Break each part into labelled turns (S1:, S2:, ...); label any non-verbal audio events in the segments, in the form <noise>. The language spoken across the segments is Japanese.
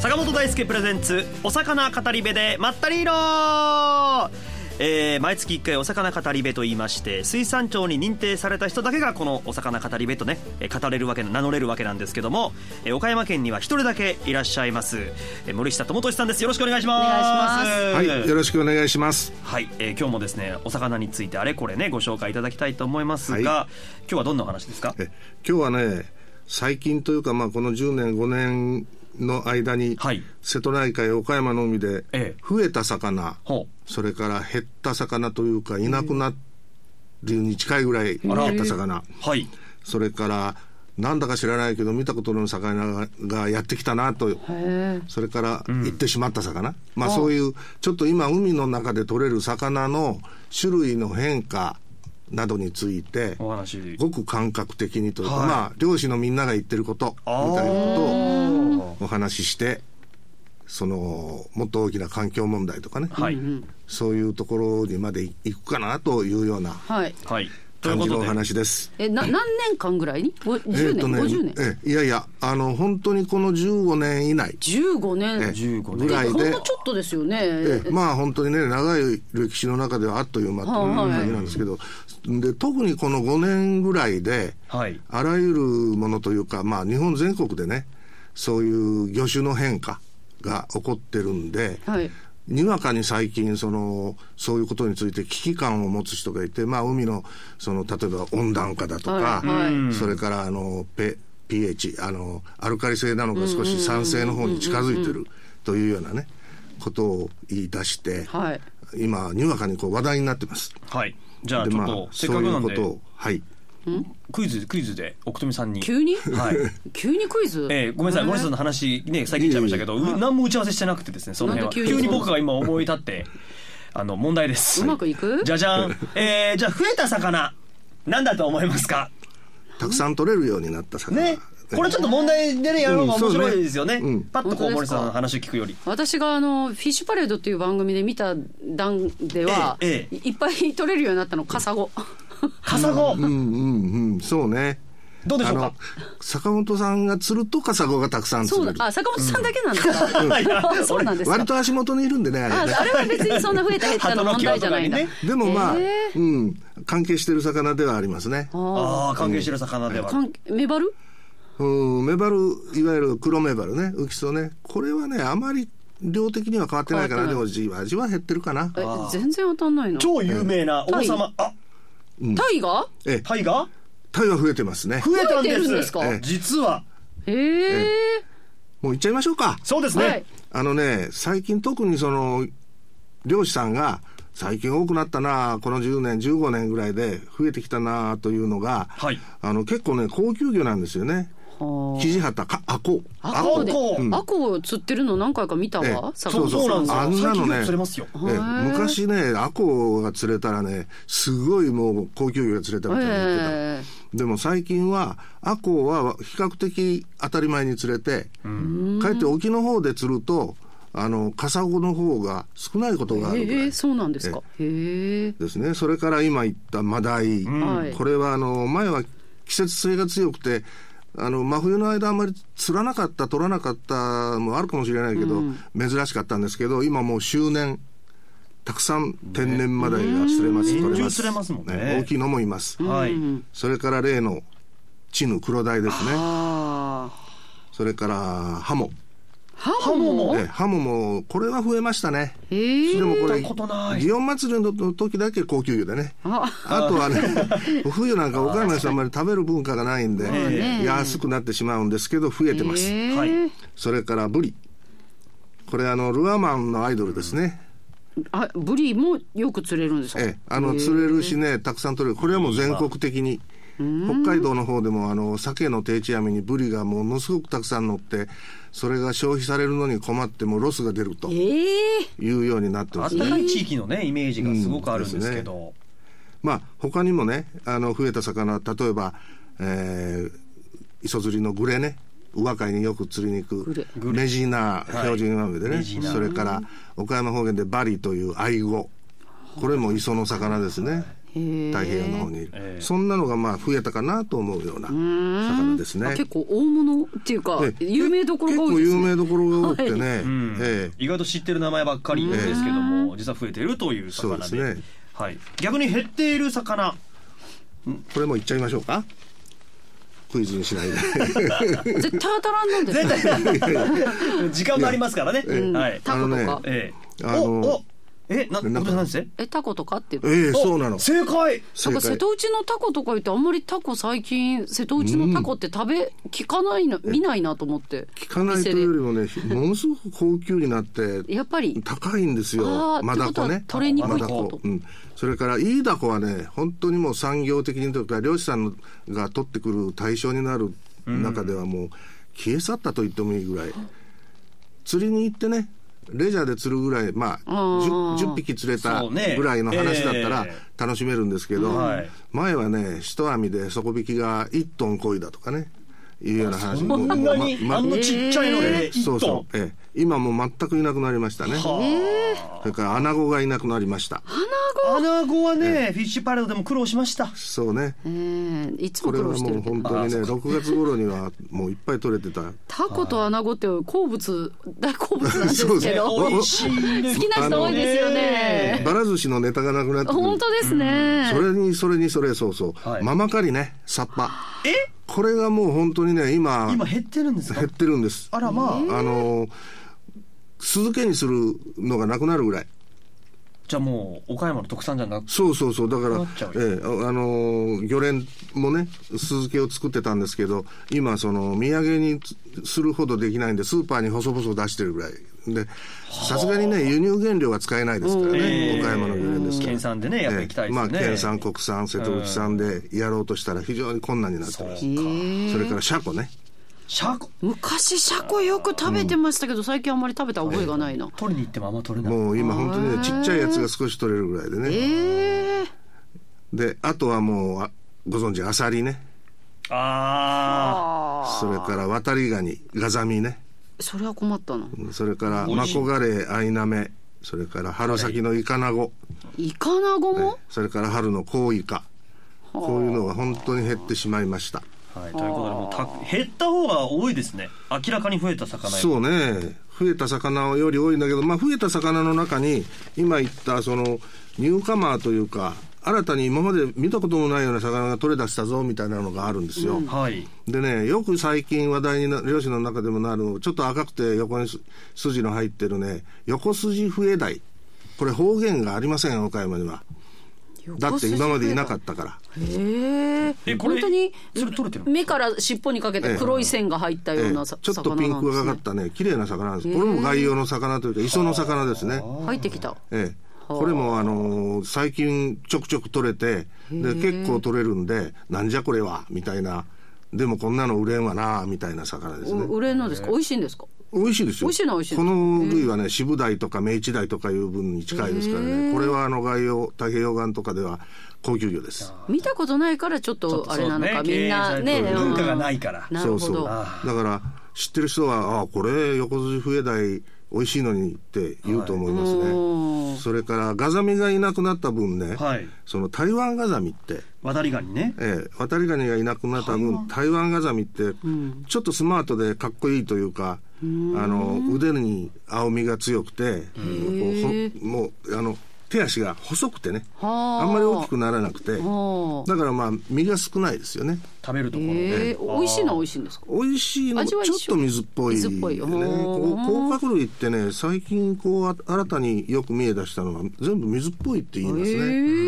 S1: 坂本大輔プレゼンツお魚語り部でまったりーろーえー毎月1回お魚語り部と言いまして水産庁に認定された人だけがこのお魚語り部とね、えー語れるわけな名乗れるわけなんですけども、えー岡山県には一人だけいらっしゃいます、えー森下智俊さんですよろしくお願いします
S2: おはい、よろしくお願いします。
S1: はい、えー今日もですねお魚についてあれこれねご紹介いただきたいと思いますが、
S2: は
S1: 今日はどんなお話ですか
S2: え今日はね、最近というか、まあ、この10年、5年の間に、
S1: はい
S2: 瀬戸内海、岡山の海で
S1: ええ、
S2: 増えた魚、
S1: ほ
S2: それから減った魚というか、いなくなるに近いぐらい減
S1: ら
S2: った魚、
S1: うはい
S2: それから、なんだか知らないけど、見たことのない魚ががやってきたなと、それから行ってしまった魚、まあそういう、ちょっと今、海の中で取れる魚の種類の変化などについて、
S1: お話
S2: ごく感覚的にというか、
S1: はい
S2: まあ漁師のみんなが言ってることみたいなことをお話ししてそのもっと大きな環境問題とかね、
S1: はい
S2: そういうところにまで行くかなというような
S3: はい。
S1: はいという
S2: 感
S1: こ
S2: じの
S1: と
S2: お
S1: で
S2: 話です。
S3: え、な、何年間ぐらいにご ?10 年、50年
S2: ええいやいやあの本当にこの15年以内
S3: ?15
S2: ええ
S1: 15
S3: 年。
S2: ぐらい
S3: ほん
S2: で
S3: の。ちょっとですよね。
S2: ええまあ本当にね長い歴史の中ではあっという間という感じなんですけど、で特にこの5年ぐらいで、
S1: はい
S2: あらゆるものというか、まあ、日本全国でね、そういう魚種の変化が起こってるんで、
S3: はい。
S2: にわかに最近その、そういうことについて危機感を持つ人がいて、まあ、海のその例えば温暖化だとか、
S3: はいはい
S2: それからあのペ pH あの、アルカリ性なのが少し酸性の方に近づいてるというようなね、ことを言い出して、
S3: はい。
S2: 今、にわかにこう話題になってます。
S1: はいじゃあ
S2: で
S1: ちょ
S2: ま
S1: っ
S2: あ
S1: と、せっ
S2: そ
S1: か
S2: う
S1: く
S2: い
S1: な
S2: うんこ
S1: で
S2: とを、はい。
S1: クイズクイズで奥富さんに
S3: 急に
S1: はい
S3: 急にクイズ
S1: えー、ごめんなさい、ごめんなさい、の話、ね、最近言っちゃいましたけど、う何も打ち合わせしてなくてですね、その辺は。
S3: なんで急
S1: 急に
S3: に
S1: 僕が今思い立って、あの、問題です。
S3: うまくいく
S1: じゃじゃん。えー、じゃあ、増えた魚、なんだと思いますか
S2: たくさん取れるようになった魚。
S1: ね。これちょっと問題でね、やるのが面白いですよね。
S2: うんそうねうん
S1: パッとこう、
S3: 本当
S1: 森
S3: ですか
S1: さんの話を聞くより。
S3: 私があのフィッシュパレードっていう番組で見た段では、
S1: ええ
S3: いいっぱい取れるようになったのカサゴ
S1: カサゴ、
S2: うんうんうん、そうね。
S1: どうでし
S2: あ
S1: ょうか
S2: の、坂本さんが釣るとカサゴがたくさん
S3: そ
S2: 釣
S3: う
S2: れ
S3: だ
S2: る。
S3: あ坂本さんだけなんですか、
S1: いや
S3: そうなんですか
S2: 割と足元にいるんでね、あ
S3: あ
S2: れね
S3: あれは別にそんな増えた減ったの問題じゃないんだ、
S1: 鳩の
S2: でもまあ、
S3: え
S2: うん、関係してる魚ではありますね。
S3: あ
S1: ああ、関係してる魚では
S3: あ。かんメバル
S2: うん、メバル、いわゆる黒メバルね、浮きそうね。これはね、あまり量的には変わってないから、で
S3: 変わ
S2: もじわじわ減ってるかな。
S3: え全然当たんないな
S1: 超有名な王様、あ、
S3: タイが
S2: え、
S1: タイが
S2: タイは増えてますね。
S1: 増えたんで
S3: 増えてる
S1: す。
S3: んですか
S2: ええ
S1: 実は、
S3: へえ
S2: もう行っちゃいましょうか。
S1: そうですね。
S3: はい
S2: あのね、最近特にその、漁師さんが、最近多くなったな、この10年、15年ぐらいで増えてきたなというのが、
S1: はい
S2: あの結構ね、高級魚なんですよね。
S3: は
S2: キジハタ、かアコウ。
S3: あアコで
S1: アコうん
S3: アコを釣ってるの何回か見たわ、
S2: ええ
S3: 坂
S2: そ
S3: 本さん
S2: うそう
S1: そうなんですよ
S2: あんなの
S1: 最近よく
S2: ね
S1: 釣れますよ
S2: ええ昔ねアコウが釣れたらねすごいもう高級魚が釣れたみたいに言ってた、
S3: え
S2: でも最近はアコウは比較的当たり前に釣れて、かえって沖の方で釣るとあのカサゴの方が少ないことがあ
S3: え
S2: るぐら
S3: え
S2: い
S3: えそうなんですかへえ
S2: ですね、それから今言ったマダイ、
S3: はい
S2: これはあの前は季節性が強くてあの真冬の間あんまり釣らなかった取らなかったもあるかもしれないけど、珍しかったんですけど今もう周年たくさん天然マダイが釣れます、
S1: ね
S2: 取れま
S1: 年中釣れますもんね
S2: 大きいのもいます、
S1: はい。
S2: それから例のチヌクロダイですね
S3: ああ
S2: それからハモ、
S3: ハモも
S2: ええハモもこれは増えましたね
S3: ええ
S2: でもこれ
S1: 見たことない
S2: 祇園祭りの時だけ高級魚でね
S3: あ
S2: あとはね、冬なんか岡山の人あんまり食べる文化がないんで、
S3: ね
S2: 安くなってしまうんですけど、増えてます。
S3: ええ
S1: はい
S2: それからブリ。これあの、ルアーマンのアイドルですね。
S3: あブリもよく釣れるんですか、
S2: ええ、あの、釣れるしね、たくさん取れる。これはもう全国的に。北海道の方でもあの鮭の定置網にブリがものすごくたくさん乗ってそれが消費されるのに困ってもロスが出ると
S3: ええ
S2: いうようになって
S1: あ
S2: ま
S1: っ
S2: す
S1: たかい地域のね、イメージがすごくあるんですけど。
S2: まあ、他にもね、あの、増えた魚、例えば、えー、磯釣りのグレね。上海によく釣りに行
S3: グレ
S2: くメジーナ標準豆でね、
S1: メジーナ
S2: それから岡山方言でバリというアイゴこれも磯の魚ですね、
S3: えへえ
S2: 太平洋の方にいる、
S1: ええ
S2: そんなのがまあ増えたかなと思うような魚です
S3: あ
S2: ね
S3: 結構大物っていうか
S2: ええ
S3: 有名どころが多いですね
S2: 結構有名どころが多くてね、
S1: うん
S2: ええ
S1: 意外と知ってる名前ばっかりですけども、実は増えているという魚で
S2: そうですね
S1: はい、逆に減っている魚
S2: これもいっちゃいましょうかクイズに
S3: <laughs>
S2: しないで
S3: 絶対当たらんなんです
S1: 絶
S3: よ
S1: 対時間もありますからね、
S2: ええ
S1: はい
S3: タコとか、
S1: ええ
S2: あの
S1: おおえな
S2: な
S1: なんん
S2: か
S1: なんですね
S3: えタコとかっていう
S2: ええ
S1: お
S2: そうなの
S1: 正解
S3: なんか瀬戸内のタコとか言ってあんまりタコ最近瀬戸内のタコって食べ、聞かないな見ないなと思って
S2: 聞かないというよりもねものすごく高級になって
S3: やっぱり
S2: 高いんです
S3: あ
S2: よ
S3: ー
S2: マダコ
S3: ってこ
S2: ね
S3: とは取れにくいって
S2: マダ
S3: こと
S2: コうん、それからイイダコはね本当にもう産業的にというか漁師さんのが取ってくる対象になる中ではもう消え去ったと言ってもいいぐらい釣りに行ってねレジャーで釣るぐらいまあ
S3: あー
S2: 10, 10匹釣れた
S1: そうね
S2: ぐらいの話だったら
S1: ええ
S2: 楽しめるんですけど、
S1: はい
S2: 前はね一網で底引きが1トン漕いだとかねいうような話
S1: そんなに、
S2: まま
S1: あんなちっちゃいので、一
S2: そう
S1: ト
S2: そ
S1: ン
S2: う、ええ、今もう全くいなくなりましたね。
S1: は
S2: それからアナゴがいなくなりました。
S1: あアナゴはね、フィッシュパレードでも苦労しました
S2: そうね。
S3: えーいつ
S2: こ
S3: も
S2: れ
S3: 苦
S2: は
S3: 労して
S2: もう
S3: るけど
S2: 本当にね、6月頃にはもういっぱい取れてた。
S3: タコとアナゴって好物
S2: <laughs>
S3: 大好物なんで
S2: そう
S3: す
S2: そ
S3: け
S2: う
S3: ど
S1: 美味しいです
S3: 好きな人多いですよね
S2: ばら寿司のネタがなくなってくる
S3: 本当ですね
S2: それにそれにそれそうそう。
S1: はい
S2: ママカリね、サッパ。
S1: え
S2: これがもう本当にね、今、
S1: 今減ってるんですか
S2: 減ってるんです。
S1: あらまあ
S2: あの、酢漬けにするのがなくなるぐらい。
S1: じゃあもう岡山の特産じゃなく
S2: そうそうそう。だから
S1: なっちゃ、う
S2: え
S1: よ
S2: えああのー、魚連もね、酢漬けを作ってたんですけど、今、その、土産につするほどできないんで、スーパーに細々出してるぐらい。で、さすがにね、輸入原料は使えないですからね、
S1: ええ
S2: 岡山の魚連ですから。
S1: 県産でねやっぱ行きたいですよね
S2: ええまあ、県産、国産、瀬戸内産でやろうとしたら非常に困難になってます。
S1: そ
S2: それから、シャコね。
S1: シャコ
S3: 昔シャコよく食べてましたけど最近あんまり食べた覚えがないな
S1: 取りに行ってもあんま取れない
S2: もう今、本当にね、ちっちゃいやつが少し取れるぐらいでね。
S3: えー
S2: で、あとはもう、あご存知、アサリね。
S1: あ
S2: それから、ワタリガニ、ガザミね。
S3: それは困ったな
S2: それからマコガレイアイナメそれから春先のイカナゴ、
S3: イカナゴも
S2: それから春のコウイカこういうのが本当に減ってしまいました
S1: あ、はい、ということでもうた減った方が多いですね明らかに増えた魚より
S2: そうね増えた魚より多いんだけど、まあ、増えた魚の中に今言ったそのニューカマーというか新たに今まで見たこともないような魚が取れ出したぞみたいなのがあるんですよ、
S1: はい
S2: でね、よく最近話題にな、漁師の中でもなる、ちょっと赤くて横にす筋の入ってるね、横筋笛鯛。これ方言がありません、岡山には。だって今までいなかったから。
S3: ええ
S1: えこれ
S3: 本当に
S1: それ取れてるの
S3: 目から尻尾にかけて黒い線が入った
S2: え
S3: よう
S2: え
S3: なさ
S2: ちょっとピンクがかったね、綺麗な魚なんです。これも外洋の魚というか、磯の魚ですね。
S3: 入ってきた
S2: ええ。これもあのー最近ちょくちょく取れて、で、結構取れるんで、なんじゃこれは、みたいな。でもこんなの売れんわな、みたいな魚ですね。
S3: 売れんのですか美味しいんですか
S2: 美味しいです
S3: 美
S2: よ。
S3: 味しいのは美味しい
S2: この類はね、渋鯛とか明治鯛とかいう分に近いですからね。これはあの外洋、太平洋岸とかでは高級魚です。
S3: 見たことないからちょっとあれなのかみんなね
S1: 経営されてる文化がないから
S3: なる
S2: そ
S3: ほ
S2: う
S3: ど
S2: そう。だから、知ってる人は、ああ、これ横筋笛鯛美味しいのにって言うと思いますね。それから、ガザミがいなくなった分ね、
S1: はい
S2: その台湾ガザミって、
S1: ワタリガニね
S2: ええ、ワタリガニがいなくなった分、台湾ガザミって、ちょっとスマートでかっこいいというか、あの、腕に青みが強くて、もうほ、もう、あの、手足が細くてね、
S3: はあ
S2: あんまり大きくならなくて、
S3: ああ
S2: だからまあ、身が少ないですよね。
S1: 食べるところ、
S3: ええ美味しいのは美味しいんですか
S2: 美味しいのも
S3: 味
S2: ちょ
S3: は
S2: っ
S3: 一緒
S2: と水っぽい、ね。
S3: 水っぽい
S2: こ
S3: ほ
S2: う
S3: う
S2: 甲殻類ってね、最近こう、あ新たによく見え出したのは、全部水っぽいって言いますね。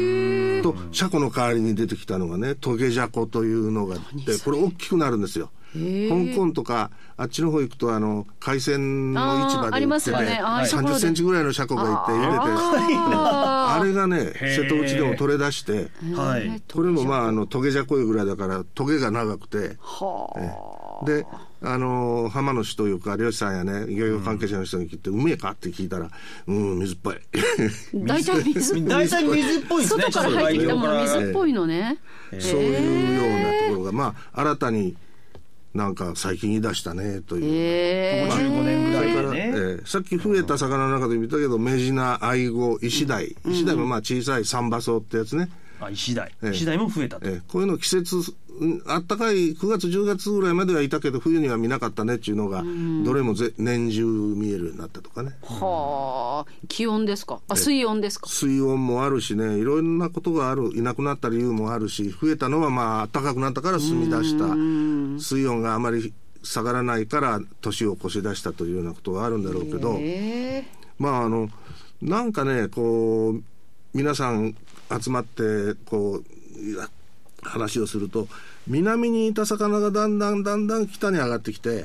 S2: とシャコの代わりに出てきたのがねトゲジャコというのがあってこれ大きくなるんですよ。香港とかあっちの方行くとあの海鮮の市
S3: あ
S2: 場
S3: ーあ
S2: で
S3: り
S2: 売
S3: ま
S2: っ
S3: す
S2: て
S3: よね
S2: ね
S3: ああいうところ
S2: 30
S3: で
S2: センチぐらいのシャコがいて茹でてあれがね瀬戸内でも取れ出して
S1: はい
S2: これもまああのトゲジャコいうぐらいだからトゲが長くてであのー浜の市というか漁師さんやね漁業関係者の人に聞いて「うめえか?」って聞いたら「うん水っぽい」
S3: 大体水
S1: 大体水っぽいですね
S3: 外から入ってきたもの
S1: ちょっと外洋から
S3: 水っぽいのね
S2: そういうようなところが、まあ、新たになんか最近言い出したねという。
S3: ええ
S1: 15年ぐ
S2: そ
S1: ら
S2: れ
S1: い
S2: か
S1: で
S2: ら、え
S1: ね、
S2: ーさっき増えた魚の中で見たけど、メジナ、アイゴ、イシダイ。イシダイもまあ小さいサンバソウってやつね。
S1: あイシダイ
S2: ええ
S1: イシダイも増えたと、
S2: ええこういうの季節、うんあったかい9月、10月ぐらいまではいたけど、冬には見なかったねっていうのが、どれもぜ年中見えるようになったとかね。
S3: はあ気温ですかあ水温ですか
S2: 水温もあるしね、いろんなことがある、いなくなった理由もあるし、増えたのはまあ、暖かくなったから住み出した。水温があまり下がらないから、年を越し出したというようなことがあるんだろうけど、
S3: ええ
S2: まああのなんかねこう皆さん集まってこういや話をすると南にいた魚がだんだんだんだん北に上がってきて、で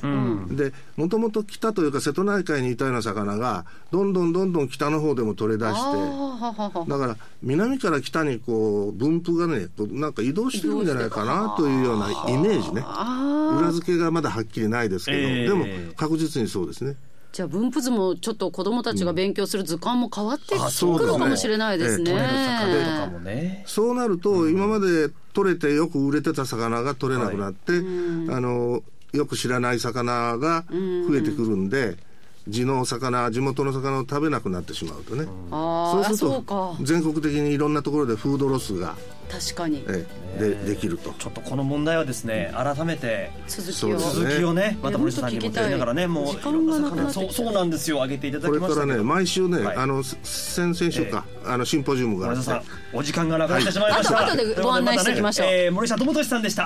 S2: もともと北というか瀬戸内海にいたような魚がどんどんどんどん北の方でも取れ出
S3: あ
S2: して。
S3: あははは
S2: だから南から北にこう分布がねこうなんか移動してるんじゃないかなというようなイメージね裏付けがまだはっきりないですけど、
S1: ええ
S2: でも確実にそうですね。
S3: じゃあ分布図もちょっと子どもたちが勉強する図鑑も変わって
S1: あそう
S3: く
S1: です
S3: る
S1: ね
S3: かもしれないですね。
S1: 取れる魚とかもね
S2: そうなると、今まで取れてよく売れてた魚が取れなくなって、あの、よく知らない魚が増えてくるんで、地のお魚、地元の魚を食べなくなってしまうとね。
S3: あ
S2: そう
S3: あ
S2: す
S3: そう
S2: ると
S3: か、
S2: 全国的にいろんなところでフードロスが、
S3: 確かに
S2: ええで、できると。
S1: ちょっとこの問題はですね改めて
S3: 続きを
S2: そうですね
S1: 続きをねまた森下さんにも伺いながらね
S3: いや
S1: もう
S3: 本当聞きたい時間がなくなってきた
S1: そうそうなんですよ上げていただ
S2: こ
S1: き
S2: れ
S1: ま
S2: か
S1: した
S2: ら
S1: けど
S2: ね、毎週ね、
S1: はい
S2: あの、す先々週か、あの、シンポジウムがあ
S1: 森
S2: っ
S1: 下
S2: て
S1: さんお時間がなくなってしまいました
S3: あと後でご案内してきましょう
S1: ということでねえー森下智俊さんでした